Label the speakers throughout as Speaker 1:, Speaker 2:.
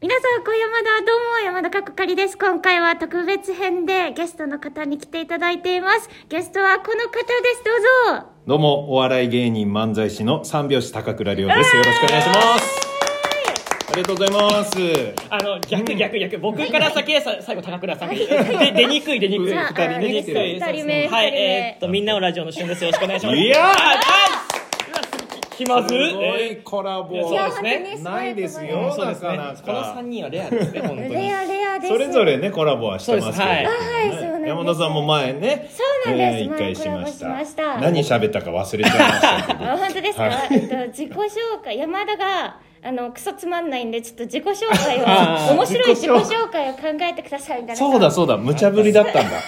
Speaker 1: 皆さん、小山田、どうも、山田かっこかりです。今回は特別編でゲストの方に来ていただいています。ゲストはこの方です。どうぞ。
Speaker 2: どうも、お笑い芸人漫才師の三拍子高倉涼です。よろしくお願いします。ありがとうございます。
Speaker 3: あの逆逆逆僕から先さ最後高倉さんがで出にくい出にくい
Speaker 2: じゃあ
Speaker 3: 出にくい
Speaker 2: 二
Speaker 1: 人目
Speaker 3: は
Speaker 1: 二
Speaker 3: い
Speaker 1: 人目
Speaker 3: えーっとみんなのラジオの旬ですよろしくお願いします
Speaker 2: いやー
Speaker 3: あー気まず
Speaker 2: すご
Speaker 3: え
Speaker 2: いコラボ。
Speaker 3: いやそうですね
Speaker 1: 本当に
Speaker 2: ないです
Speaker 3: ー
Speaker 2: よ
Speaker 3: そうです
Speaker 2: なかな
Speaker 3: ね
Speaker 2: か
Speaker 3: この三人はレアですね本当に
Speaker 1: レアレアです。
Speaker 2: それぞれね、コラボはしてますけど、ね
Speaker 3: そうで
Speaker 1: はいはいそうなんです
Speaker 2: 山田さんも前ね、
Speaker 1: そうなんです
Speaker 2: えー一
Speaker 1: 前
Speaker 2: 回
Speaker 1: コ
Speaker 2: し
Speaker 1: ラ
Speaker 2: ま
Speaker 1: ボ
Speaker 2: し。
Speaker 1: したました
Speaker 2: 何喋ったか忘れちゃいましたけど。
Speaker 1: あ、本当ですか、
Speaker 2: はい
Speaker 1: えっと、自己紹介、山田が、あの、クソつまんないんで、ちょっと自己紹介
Speaker 3: あ
Speaker 1: を、
Speaker 3: ー
Speaker 1: 面白い自
Speaker 2: 自
Speaker 1: 己
Speaker 2: 己紹
Speaker 1: 紹介を考えてくださいみたいな。
Speaker 2: そうだそうだ、無茶ぶりだ ったんだ。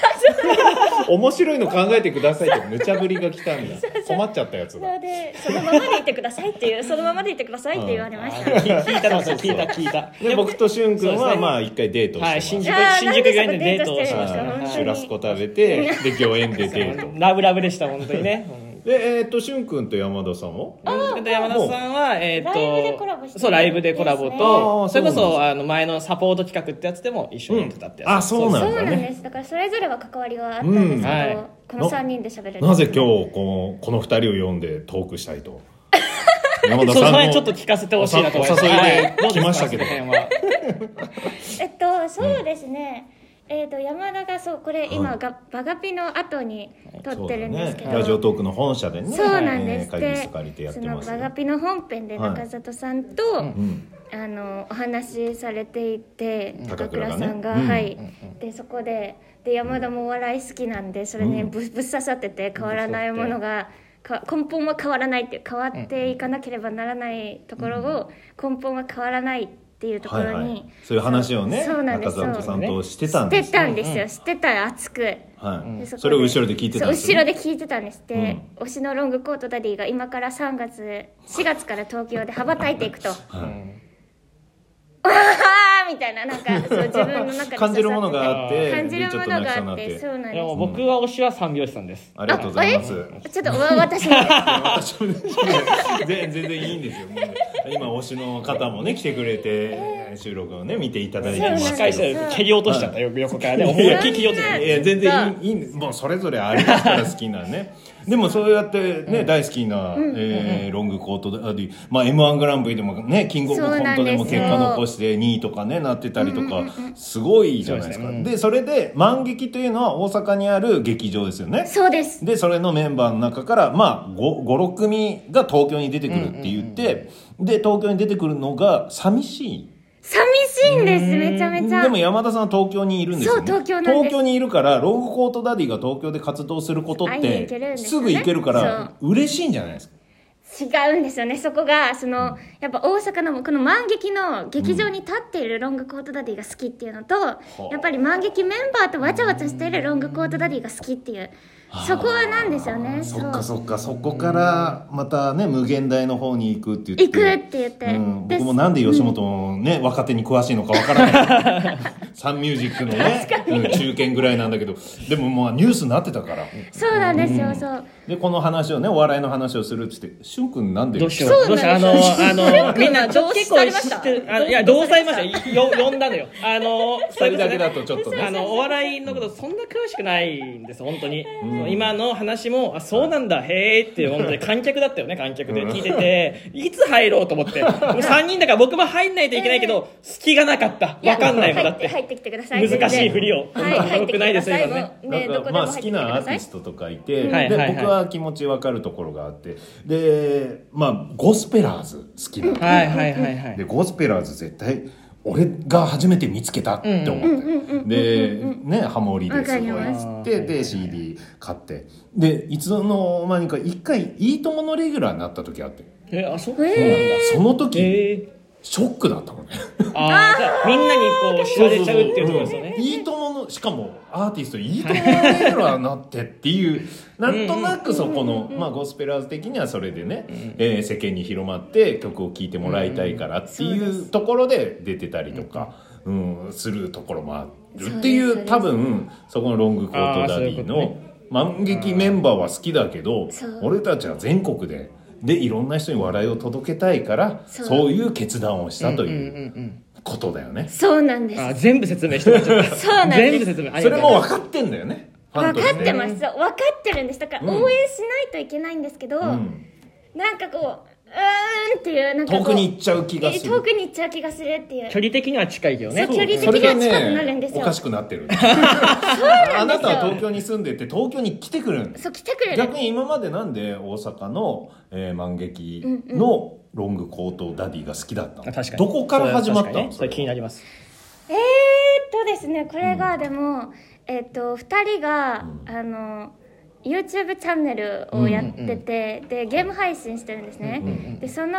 Speaker 2: 面白いの考えてくださいって無茶ぶりが来たんだ。困っちゃったやつ
Speaker 1: な
Speaker 2: だ。
Speaker 1: ので、そのままでいてくださいっていう、そのままでいてくださいって言われました。
Speaker 3: 聞聞いたの聞いた聞いた
Speaker 2: で、僕としゅんくん
Speaker 3: そうです
Speaker 2: は
Speaker 3: ね
Speaker 2: まあ一回デート
Speaker 3: はい
Speaker 2: して
Speaker 3: 新
Speaker 2: ます。
Speaker 3: 宿
Speaker 1: あー
Speaker 3: 新宿外でデートをしました
Speaker 1: なんで
Speaker 2: はい
Speaker 1: そ
Speaker 2: シ
Speaker 1: こ
Speaker 2: ュ
Speaker 1: デートしてるんで
Speaker 2: ラ
Speaker 1: す
Speaker 2: スコ食べて、で、御苑でデート。
Speaker 3: ねラブラブでした本当にねうん
Speaker 2: で、えーっと、しゅんくんと山田さんも
Speaker 3: で山田さんは、えーっ
Speaker 1: ラ
Speaker 3: と
Speaker 1: イブでコラボしてる
Speaker 3: そうライブでコラボ
Speaker 1: ですね
Speaker 2: あー
Speaker 3: とそれこ
Speaker 2: そうなん
Speaker 3: そあの前のサポート企画ってやつでも一緒にやってたってや
Speaker 2: う
Speaker 3: つ、
Speaker 2: んあそうなんだ
Speaker 1: そう
Speaker 2: ね
Speaker 1: なんです。だから、それぞれは関わりがあったんですけど、
Speaker 2: うん
Speaker 3: はい
Speaker 1: この三人で喋れる。
Speaker 2: なぜ今日このこの二人を呼んでトークした いと山
Speaker 3: その前にちょっと聞かせてほしいなと思います。
Speaker 2: お誘いで
Speaker 3: はい
Speaker 2: 来ましたけど
Speaker 3: どうですかその
Speaker 1: えっと、
Speaker 3: 辺は
Speaker 1: そうですね。えっと、山田が、そう、これ、今が、バガピの後に、撮ってるんですけど。
Speaker 2: そうだね、ラジオトークの本社でね
Speaker 1: そうなんです、
Speaker 2: えー会議室借りてやって
Speaker 1: その
Speaker 2: ます
Speaker 1: バガピの本編で
Speaker 2: はい
Speaker 1: 中里さんと、
Speaker 2: うん
Speaker 1: あのお話しされていて高
Speaker 2: 高
Speaker 1: 倉
Speaker 2: 倉
Speaker 1: さ
Speaker 2: がね
Speaker 1: んが、
Speaker 2: うん
Speaker 1: はい、でそこでで山田もお笑い好きなんでそれにぶ,、ぶっ刺さってて変わらないものがか根本は変わらないっていう変わっていかなければならないところを、根本は変わらないっていうとこ
Speaker 2: はい
Speaker 1: ろに、
Speaker 2: はい、そういう話をね
Speaker 1: そうなんで
Speaker 2: 中
Speaker 1: すよ
Speaker 2: 里さんとしてた
Speaker 1: 知
Speaker 2: ん
Speaker 1: っ
Speaker 2: で
Speaker 1: て
Speaker 2: す
Speaker 1: たんですよ、知ってた熱く。
Speaker 2: は
Speaker 1: で
Speaker 2: い
Speaker 1: こで
Speaker 2: それを後ろで聞いてたんです
Speaker 1: そう
Speaker 2: よ
Speaker 1: 後ろで聞いてたんですって、推しのロングコートダディが今から3月4月から東京で羽ばたいていくとわあみたいななんかそう自分の中で
Speaker 2: 感じるものがあって
Speaker 1: 感じるもの
Speaker 2: でちょっと
Speaker 1: があっ
Speaker 2: 泣き
Speaker 1: てそ
Speaker 2: そう
Speaker 1: うなん
Speaker 3: いやも
Speaker 1: で
Speaker 3: う僕は推しは三拍子さんです。
Speaker 2: ありがとうございます
Speaker 1: すちょっとわ私も
Speaker 2: 私もね全全然いいんですよもうね今推しの方もね来てくれて収録をね見ていただいてま
Speaker 1: そう
Speaker 2: す
Speaker 3: 司
Speaker 1: なんで
Speaker 3: 会
Speaker 1: す
Speaker 3: 者で蹴り落としちゃったよ横からね思いっきり蹴り落としちゃっ
Speaker 2: いや全然いいいいんですもうそれぞれありますから好きな ねでもそうやってね、大好きな、えーロングコートであり、まあ、m 1グランプリでもねキングオブコントでも
Speaker 1: そうなんで
Speaker 2: 結
Speaker 1: すよ
Speaker 2: 果残して2位とかねなってたりとか、すごいじゃないですか
Speaker 3: そう
Speaker 2: で,、
Speaker 3: ですね
Speaker 2: それで万劇というのは大阪にある劇場ですよね
Speaker 1: そうです
Speaker 2: でそれのメンバーの中から、まあ、56組が東京に出てくるって言って、で東京に出てくるのが寂しい
Speaker 1: 寂しいんですめちゃめちゃ
Speaker 2: でも山田さんは東京にいるんですよ、ね、
Speaker 1: そう東京なんです
Speaker 2: 東京にいるからロングコートダディが東京で活動することっ
Speaker 1: 会いに行けるん
Speaker 2: て
Speaker 1: ですよね
Speaker 2: すぐ行けるから嬉しいんじゃないですか
Speaker 1: 違うんですよねそこがそのやっぱ大阪のこの万劇の劇場に立っているロングコートダディが好きっていうのと、やっぱり万劇メンバーとわちゃわちゃしているロングコートダディが好きっていうそこはなんですよね
Speaker 2: そっか
Speaker 1: う
Speaker 2: そっかそこからまたね無限大の方に行くって言
Speaker 1: 行
Speaker 2: っ
Speaker 1: くってて言って、
Speaker 2: うん、
Speaker 1: で
Speaker 2: 僕もなんで吉本のね、若手に詳しいのかわからないサンミュージックのね、うん中堅ぐらいなんだけどでもまあニュースになってたから
Speaker 1: そうなんですよ、そう
Speaker 2: でこの話をねお笑いの話をするっつってしゅんくんなん
Speaker 3: た。
Speaker 2: で
Speaker 3: どうしよ
Speaker 1: そう
Speaker 3: う
Speaker 1: なん
Speaker 3: ど
Speaker 1: で
Speaker 3: うし
Speaker 1: す
Speaker 3: ようあ のあのみんなちょ
Speaker 1: どう
Speaker 3: 結
Speaker 1: さ
Speaker 3: 構
Speaker 1: れました
Speaker 3: 知ってるあのいや同されましたよよ呼んだのよ あの
Speaker 2: 二人だけだとちょっとね
Speaker 3: あのお笑いのことそんな詳しくないんです本当に、そう今の話もあそうなんだへーって本当に観客だったよね観客で聞いてて、いつ入ろうと思って3人だから僕も入んないといけないけど隙がなかった
Speaker 1: や
Speaker 3: わかんないもん
Speaker 1: 入
Speaker 3: だっ
Speaker 1: って
Speaker 3: て
Speaker 1: 入ってきてください
Speaker 3: 難しい振りを、
Speaker 1: はい入っ
Speaker 3: よ
Speaker 1: て
Speaker 3: く
Speaker 1: き
Speaker 3: ない
Speaker 1: てくだ
Speaker 3: です
Speaker 1: さ
Speaker 3: ね
Speaker 1: い
Speaker 3: 今ね
Speaker 1: もうね
Speaker 2: な
Speaker 1: どこ
Speaker 2: んか
Speaker 1: で
Speaker 2: ま
Speaker 1: も
Speaker 2: あ
Speaker 1: 入っ
Speaker 2: 好
Speaker 1: てきて
Speaker 2: き
Speaker 1: くだ
Speaker 2: なアー
Speaker 1: さ
Speaker 2: テ
Speaker 1: い
Speaker 2: ィストとかいて、
Speaker 3: はいはいは
Speaker 2: で
Speaker 3: い
Speaker 2: 僕は気持ちわかるところがあってでまあゴスペラーズ好きなの
Speaker 3: はいはいはいはい
Speaker 2: でゴスペラーズ絶対俺が初めて見つけたって思ってでねハモリですごい
Speaker 1: わかり
Speaker 2: っ
Speaker 1: ま
Speaker 2: つ
Speaker 1: す
Speaker 2: ってで CD 買ってでいつの間にか一回「いいとも!」のレギュラーになった時あって
Speaker 3: えあそう
Speaker 2: そうなんだその時、
Speaker 3: え
Speaker 2: ショックだったのね
Speaker 3: ー、あーじゃあみんなにこう知られちゃうっていうところですよね
Speaker 2: いいとものしかもアーティストいいとものレギュラーになってっていうなんとなくそこの、まあ、ゴスペラーズ的にはそれでね、えー世間に広まって曲を聴いてもらいたいからっていうところで出てたりとか、うん、するところもあるってい
Speaker 1: そう
Speaker 2: う
Speaker 1: です
Speaker 2: 多分そこのロングコートダディ
Speaker 3: あーそういう
Speaker 2: の万劇メンバーは好きだけど
Speaker 1: そう
Speaker 2: 俺たちは全国で。でいろんな人に笑いを届けたいから
Speaker 1: そう
Speaker 2: そういう決断をしたという
Speaker 3: うんうんうん
Speaker 2: こことだよね
Speaker 1: そうなんです
Speaker 3: あ全部説明してもらっちゃった
Speaker 1: そうなんです
Speaker 3: 全部説明あり
Speaker 2: そ
Speaker 3: が
Speaker 2: れ
Speaker 3: とうござ
Speaker 2: も
Speaker 3: いま
Speaker 2: 分かってんだよねファン
Speaker 1: 分
Speaker 2: と
Speaker 1: か
Speaker 2: し
Speaker 1: って
Speaker 2: ね
Speaker 1: てますそう分かってるんですだから
Speaker 2: うん
Speaker 1: 応援しないといけないんですけど、
Speaker 2: うん
Speaker 1: なんかこううーんっていうなんかこう
Speaker 2: 遠くに行っちゃう気がす
Speaker 1: 遠
Speaker 2: る
Speaker 1: くに行っちゃう気がするっていう
Speaker 3: す距離的には近いけどね
Speaker 1: そう距離的に
Speaker 2: それが
Speaker 1: 近くなるんです
Speaker 2: ね
Speaker 1: よ
Speaker 2: おかしくなってる
Speaker 1: な
Speaker 2: あ
Speaker 1: んで
Speaker 2: な
Speaker 1: すよ
Speaker 2: たは東京に住んでて東京に来てくるんです
Speaker 1: そう来てくれる
Speaker 2: 逆に今までなんで大阪の、えー、万劇のロングコートダディが好きだったの、
Speaker 3: あ確かに
Speaker 2: どこから始まった
Speaker 3: それは確かに
Speaker 2: の
Speaker 3: ねそれ気になります
Speaker 1: えー、っとですねこれがでも、えーっと2人が、あの YouTube チャンネルをやってて、でゲーム配信してるんですね、
Speaker 2: うんうん
Speaker 1: でその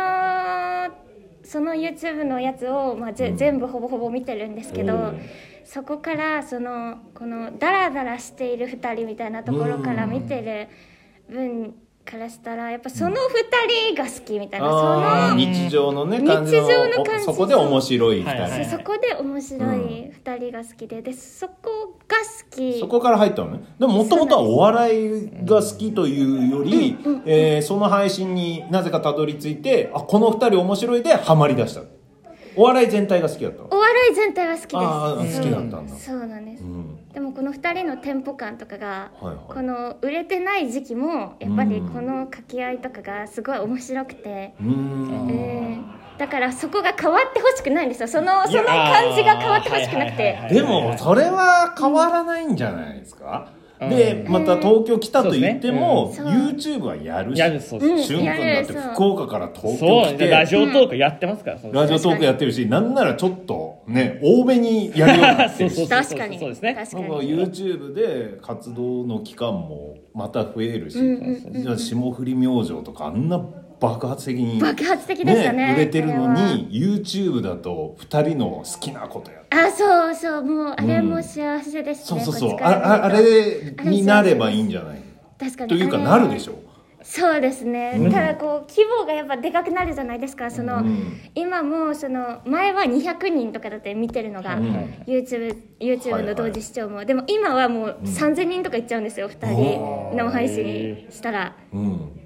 Speaker 1: その YouTube のやつを、まあぜ
Speaker 2: うん
Speaker 1: 全部ほぼほぼ見てるんですけ
Speaker 2: お
Speaker 1: ど
Speaker 2: ー
Speaker 1: そこからそのこのダラダラしている2人みたいなところから見てる分からしたらやっぱその2人が好きみたいな、
Speaker 2: あー
Speaker 1: その
Speaker 2: 日常のね
Speaker 1: 日
Speaker 2: 感じの
Speaker 1: 常の感じ
Speaker 2: おそこで面白い二人、
Speaker 3: はいはい
Speaker 1: そうそこで面白い2人が好きででそこが好き
Speaker 2: そこから入ったのねでももともとはお笑いが好きというより、えーその配信になぜかたどり着いてあこの二人面白いでハマりだしたお笑い全体が好きだったの
Speaker 1: お笑い全体は好きです
Speaker 2: ああ
Speaker 1: そう
Speaker 2: 好きだったんだ、
Speaker 1: そうなんです、
Speaker 2: うん
Speaker 1: でもこの2人のテンポ感とかが、
Speaker 2: はいはい
Speaker 1: この売れてない時期もやっぱりこの掛け合いとかがすごい面白くて、
Speaker 2: うーん
Speaker 1: うんだからそこが変わってほしくないんですよその
Speaker 3: い
Speaker 1: そ
Speaker 3: や
Speaker 1: の感じが変わってほしくなく
Speaker 3: はいはいはいは
Speaker 1: て
Speaker 3: い
Speaker 2: でもそれは変わらないんじゃないですか、
Speaker 3: うん
Speaker 2: でまた東京来たと言っても、
Speaker 1: そうですねうん
Speaker 2: YouTube はやるし
Speaker 3: やるそう
Speaker 1: うん
Speaker 2: 瞬間だって
Speaker 1: やるそう
Speaker 2: 福岡から東
Speaker 3: そ
Speaker 2: 京来て
Speaker 3: うなんですラジオトークやってますから、その
Speaker 2: ラジオトークやってるしなんならちょっとね多めにやるようになってる
Speaker 3: そう
Speaker 2: し
Speaker 3: そう
Speaker 1: 確かに
Speaker 3: そうですね
Speaker 1: 確か
Speaker 2: なんか
Speaker 1: に
Speaker 2: YouTube で活動の期間もまた増えるし、
Speaker 1: うん
Speaker 2: じゃあ霜降り明星とかあんな爆発的に、
Speaker 1: 爆発的でしたね
Speaker 2: 売れてるの
Speaker 1: あれは
Speaker 2: に YouTube だと2人の好きなことやる
Speaker 1: あそうそうもうあれも幸せです
Speaker 2: そ
Speaker 1: ね、
Speaker 2: う
Speaker 1: こ
Speaker 2: そう
Speaker 1: っち
Speaker 2: そう
Speaker 1: か
Speaker 2: あ
Speaker 1: ら
Speaker 2: ああれになればいいんじゃない
Speaker 1: 確かに
Speaker 2: というかなるでしょ
Speaker 1: そうですね、
Speaker 2: うん
Speaker 1: ただこう規模がやっぱでかくなるじゃないですかその、
Speaker 2: うん
Speaker 1: 今もうその前は200人とかだって見てるのが、
Speaker 2: うん
Speaker 1: YouTube, YouTube の同時視聴も、でも今はもう3000人とかいっちゃうんですよ、二2
Speaker 2: お
Speaker 1: 人生配信したら
Speaker 2: うん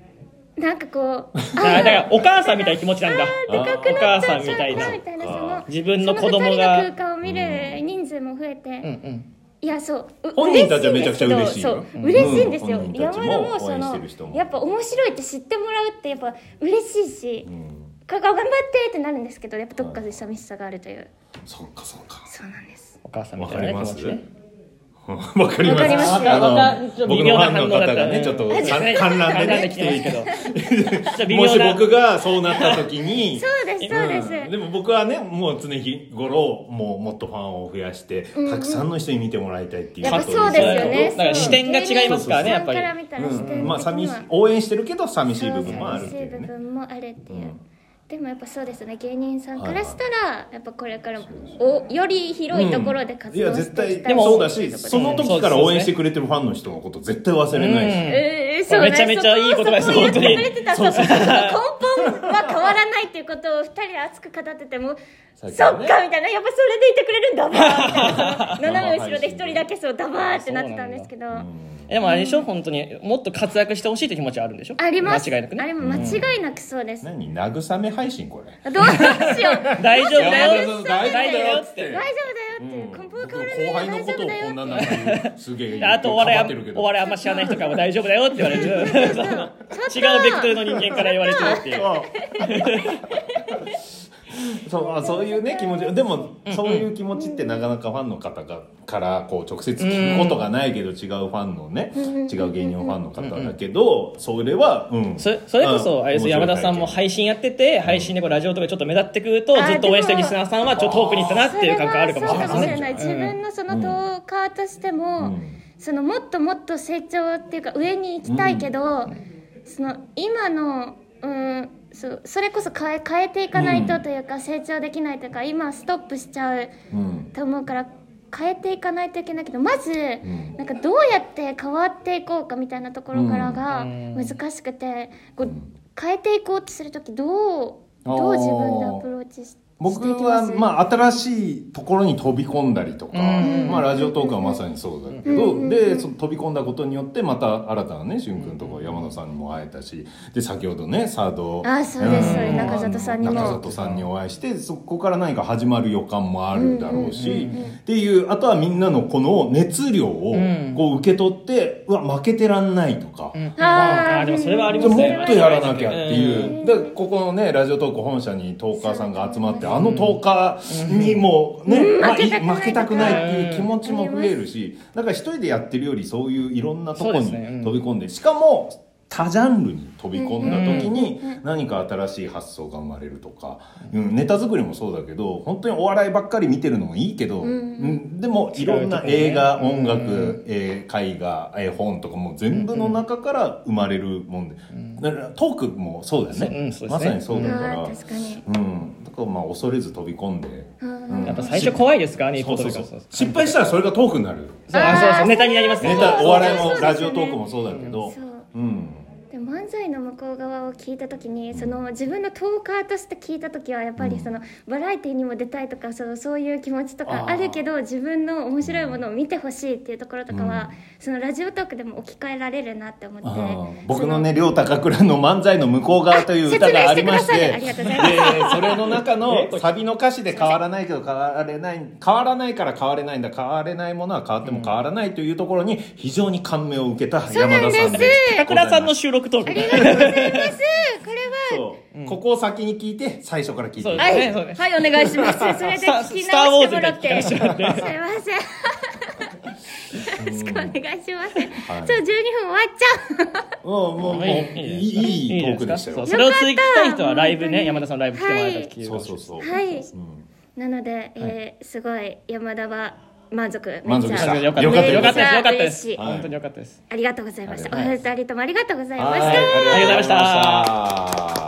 Speaker 1: なんかこう
Speaker 3: あーだからお母さんみたいな気持ちなんだ
Speaker 1: でかく
Speaker 3: お
Speaker 1: な
Speaker 3: 母
Speaker 1: っち
Speaker 3: さ
Speaker 1: ゃ
Speaker 3: ん
Speaker 1: う
Speaker 3: みたいな
Speaker 1: そうみたいなその
Speaker 3: 自分の子供が
Speaker 1: その二人の空間を見る人数も増えて、
Speaker 3: うんうん
Speaker 1: いやそうう
Speaker 2: 本人たちはめちゃくちゃ嬉しい
Speaker 1: そ
Speaker 2: よ
Speaker 1: う嬉しいんですよ、
Speaker 2: うん
Speaker 1: 山田も
Speaker 2: 本人たちも応
Speaker 1: そ
Speaker 2: 援し
Speaker 1: の
Speaker 2: てる人も
Speaker 1: やっぱ面白いって知ってもらうってやっぱ嬉しいし、
Speaker 2: うん
Speaker 1: これから頑張ってってなるんですけどやっぱどっかで寂しさがあるという
Speaker 2: そっかそっか
Speaker 1: そうなんです
Speaker 3: お母さんみ
Speaker 2: わ
Speaker 3: た
Speaker 2: か
Speaker 3: いな
Speaker 2: り
Speaker 3: ね
Speaker 2: ます
Speaker 3: 気持ちね
Speaker 2: わかります
Speaker 1: わかります
Speaker 2: あの
Speaker 3: またちょっと微
Speaker 2: 僕
Speaker 3: 妙
Speaker 2: のファンの
Speaker 3: な 反応だ
Speaker 2: 方
Speaker 3: った
Speaker 2: が
Speaker 3: ね
Speaker 2: ねちょっ と
Speaker 3: あじゃ あね
Speaker 2: 観覧で
Speaker 3: 観覧
Speaker 2: ね
Speaker 3: で
Speaker 2: 来
Speaker 3: 来
Speaker 2: て
Speaker 3: て
Speaker 2: るけ
Speaker 3: る
Speaker 2: ど
Speaker 3: じゃあ微
Speaker 2: も
Speaker 3: 妙
Speaker 2: し
Speaker 3: な
Speaker 2: 僕がそうなった時 に
Speaker 1: そうですそうです、
Speaker 2: うんでも僕はねもう常日頃もうもっとファンを増やして、たくさんの人に見てもらいたいっていう
Speaker 1: やっぱ
Speaker 2: と
Speaker 1: そうですよね
Speaker 3: だから視点が違いますからねやっぱり
Speaker 1: 芸人さんから見たら視点的
Speaker 2: う
Speaker 1: に
Speaker 2: ん、
Speaker 1: は
Speaker 2: まあ寂しい応援してるけど寂しい
Speaker 1: そう
Speaker 2: 部分もあるってい
Speaker 1: 寂しいう部
Speaker 2: ね
Speaker 1: 分もあるっていう、
Speaker 2: うん
Speaker 1: でもやっぱそうですね芸人さんからしたらやっぱこれからもおより広いところで活
Speaker 2: いや
Speaker 1: 動
Speaker 2: 絶
Speaker 1: していき
Speaker 2: 対
Speaker 1: たい
Speaker 3: も
Speaker 2: そうだしそ
Speaker 1: の
Speaker 2: の時から応援してくれてるファンの人のこと絶対忘れないし、
Speaker 3: うん
Speaker 1: えーそうね
Speaker 3: めちゃめちゃいい言葉です
Speaker 1: そこを
Speaker 3: 本当に
Speaker 1: 言ってくれてたそうそう根本は変わらないっていうことを二人で熱く語っててもそ
Speaker 2: さっ
Speaker 1: っ
Speaker 2: き
Speaker 1: か
Speaker 2: の
Speaker 1: み
Speaker 2: ね
Speaker 1: たいなやっぱそれでいてくれるんだばーっ て斜め後ろで一人だけそうだばーってなってたんですけど
Speaker 3: でもあれでしょ本当にもっと活躍してほしいって気持ちはあるんでしょ
Speaker 1: あります
Speaker 3: 間違いなく
Speaker 1: あれ
Speaker 3: ね
Speaker 1: も間違いなくそうです、
Speaker 2: 何慰め配信これ
Speaker 1: どう どうしよう
Speaker 3: 大丈夫だよ
Speaker 1: どうしよう大丈夫
Speaker 2: 大丈夫だ
Speaker 1: だ
Speaker 2: よ
Speaker 1: よ
Speaker 2: っ
Speaker 3: っ
Speaker 2: つ
Speaker 3: つ
Speaker 2: っ
Speaker 3: ってて
Speaker 1: 大丈夫だよっていう根本は変わらない
Speaker 2: 後輩
Speaker 1: よ
Speaker 2: の
Speaker 1: 大丈
Speaker 2: こと
Speaker 1: 夫
Speaker 2: を
Speaker 1: だよって
Speaker 2: こんなんなんかすげ え
Speaker 3: あとお笑いあん
Speaker 2: 頑張ってるけど
Speaker 3: お笑いあんま知らない人からも大丈夫だよって言われて
Speaker 1: ち
Speaker 3: 違うベクトルの人間から言われてるっていう
Speaker 2: そうあそういうね気持ちでもそういう気持ちってなかなかファンの方がからこう直接聞くことがないけど違うファンのね違う芸人のファンの方だけどそれはうん
Speaker 3: そそれこそ
Speaker 2: ん
Speaker 3: あれで
Speaker 2: 面白
Speaker 3: すよ
Speaker 2: い
Speaker 3: 山田さんも
Speaker 2: 体験
Speaker 3: 配信やってて配信でこうラジオとかちょっと目立ってくると
Speaker 1: あー
Speaker 3: ずっと応援してるリスナーさんはちょっと遠くに行ったなっていう感覚あるかもしれないです
Speaker 1: それはそうかも
Speaker 3: ね
Speaker 1: しれない自分のそのトーカーとしても、
Speaker 2: うん
Speaker 1: そのもっともっと成長っていうか上に行きたいけど、その今の、うん、そうそれこそ変え変えていかないとというか、成長できないというか今ストップしちゃう
Speaker 2: うん
Speaker 1: と思うから変えていかないといけないけどまず、
Speaker 2: ん
Speaker 1: なんかどうやって変わっていこうかみたいなところからが
Speaker 3: うん
Speaker 1: 難しくて、こう変えていこうとする時どうどう自分でアプローチし
Speaker 2: 僕は、
Speaker 1: していきます
Speaker 2: まあ、新しいところに飛び込んだりとか、
Speaker 3: うん
Speaker 2: まあ、ラジオトークはまさにそうだけど、
Speaker 1: うん
Speaker 2: で、その飛び込んだことによって、また新たなね、俊君とか山田さんにも会えたし、で、先ほどね、サード、
Speaker 1: あそうですそうです
Speaker 2: ん
Speaker 1: 中里さんにも
Speaker 2: 中里さんにお会いして、そこから何か始まる予感もあるだろうし、っていう、あとはみんなのこの熱量を
Speaker 3: うん、
Speaker 2: こう受け取って、うわ、負けてらんないとか、
Speaker 3: うん
Speaker 1: あー
Speaker 3: あーでもそれはあり
Speaker 2: じゃ
Speaker 3: ま
Speaker 2: あ
Speaker 3: すね
Speaker 2: もっとやらなきゃって
Speaker 3: ん
Speaker 2: いう、だからここのねラジオトーク本社にトーカーさんが集まってあのトーカーにもね、まあい
Speaker 1: うん
Speaker 2: 負けたくないっていう気持ちも増えるしだから一人でやってるよりそういういろんなとこ
Speaker 3: そうで
Speaker 2: に
Speaker 3: すねうん
Speaker 2: 飛び込んでしかも多ジャンルに飛び込んだ時に何か新しい発想が生まれるとか、うん、ネタ作りもそうだけど本当にお笑いばっかり見てるのもいいけど、うんでもいろんな映画、
Speaker 3: 違うとこね
Speaker 2: 音楽、
Speaker 3: うん
Speaker 2: えー、絵画、えー本とかも全部の中から生まれるもんで、だからトークもそうだよね,、
Speaker 3: うんそうですね
Speaker 2: まさにそうだから、
Speaker 1: あ
Speaker 2: うん
Speaker 1: ー確かに
Speaker 2: だからまあ恐れず飛び込んで、
Speaker 1: うん
Speaker 3: やっぱ最初怖いですからね一
Speaker 2: そ
Speaker 3: 歩
Speaker 2: うそ
Speaker 3: 飛
Speaker 2: うそう
Speaker 3: び込むそうそう
Speaker 2: 失敗したらそれがトークになる
Speaker 3: あそう
Speaker 1: あ
Speaker 3: そ
Speaker 1: ー
Speaker 3: うネタになりますね
Speaker 2: ネタお笑い
Speaker 1: そうそう
Speaker 2: も
Speaker 1: そう
Speaker 2: ラジオトークもそうだけど
Speaker 1: そう
Speaker 2: うん
Speaker 1: で漫才の向こう側を聞いた時にその自分のトーカーとして聞いた時はやっぱりその、バラエティにも出たいとかそうそういう気持ちとかあるけど自分の面白いものを見てほしいっていうところとかは、そのラジオトークでも置き換えられるなって思って
Speaker 2: あー僕のね「両高倉の漫才の向こう側」という
Speaker 1: あ
Speaker 2: 歌がありまして
Speaker 1: 説明してくださる
Speaker 2: でそれの中のサビの歌詞で変わらないけど変われない変わらないから変われないんだ変われないものは変わっても変わらないというところに非常に感銘を受けた
Speaker 1: そう
Speaker 2: 山
Speaker 1: な
Speaker 2: 田
Speaker 1: ん
Speaker 2: さん
Speaker 1: です
Speaker 2: です。
Speaker 3: 高倉さんの収録トーク
Speaker 1: ありがとうございますこれは
Speaker 2: そう、ここを先に聞いて最初から聞いて
Speaker 3: そう
Speaker 2: る
Speaker 3: です
Speaker 1: は
Speaker 3: ね
Speaker 1: い、
Speaker 3: そうね
Speaker 1: はい、お願いし ます。それで聞き直してもらって。
Speaker 3: ス
Speaker 1: す
Speaker 3: タ
Speaker 1: い
Speaker 3: ーウォー
Speaker 1: ま
Speaker 3: ズ
Speaker 1: せん。よ
Speaker 3: み
Speaker 1: ろしくお願いします。
Speaker 2: はい
Speaker 1: そう、12分終わっちゃう。
Speaker 2: うんもうもうい
Speaker 3: いい
Speaker 2: いいいトークでした
Speaker 3: そう
Speaker 2: よ
Speaker 3: それを追聞きたい人はライブ
Speaker 1: よかった
Speaker 3: ね山田さんのライブ来てもらえたら聞いて
Speaker 2: そうそうそう、
Speaker 1: はい
Speaker 2: うん
Speaker 1: なので、えー、すごい山田は満足。
Speaker 2: 満足でした
Speaker 1: めっちゃ
Speaker 3: よかった
Speaker 2: よかった
Speaker 3: よかったですよかったで
Speaker 1: 嬉しい
Speaker 3: す本当によかったです
Speaker 1: ありがとうございました。お
Speaker 2: ありがとうござい
Speaker 1: 二人ともありがとうございま
Speaker 2: は
Speaker 1: した。
Speaker 2: いありがとうございま
Speaker 3: ありがとうござい
Speaker 2: した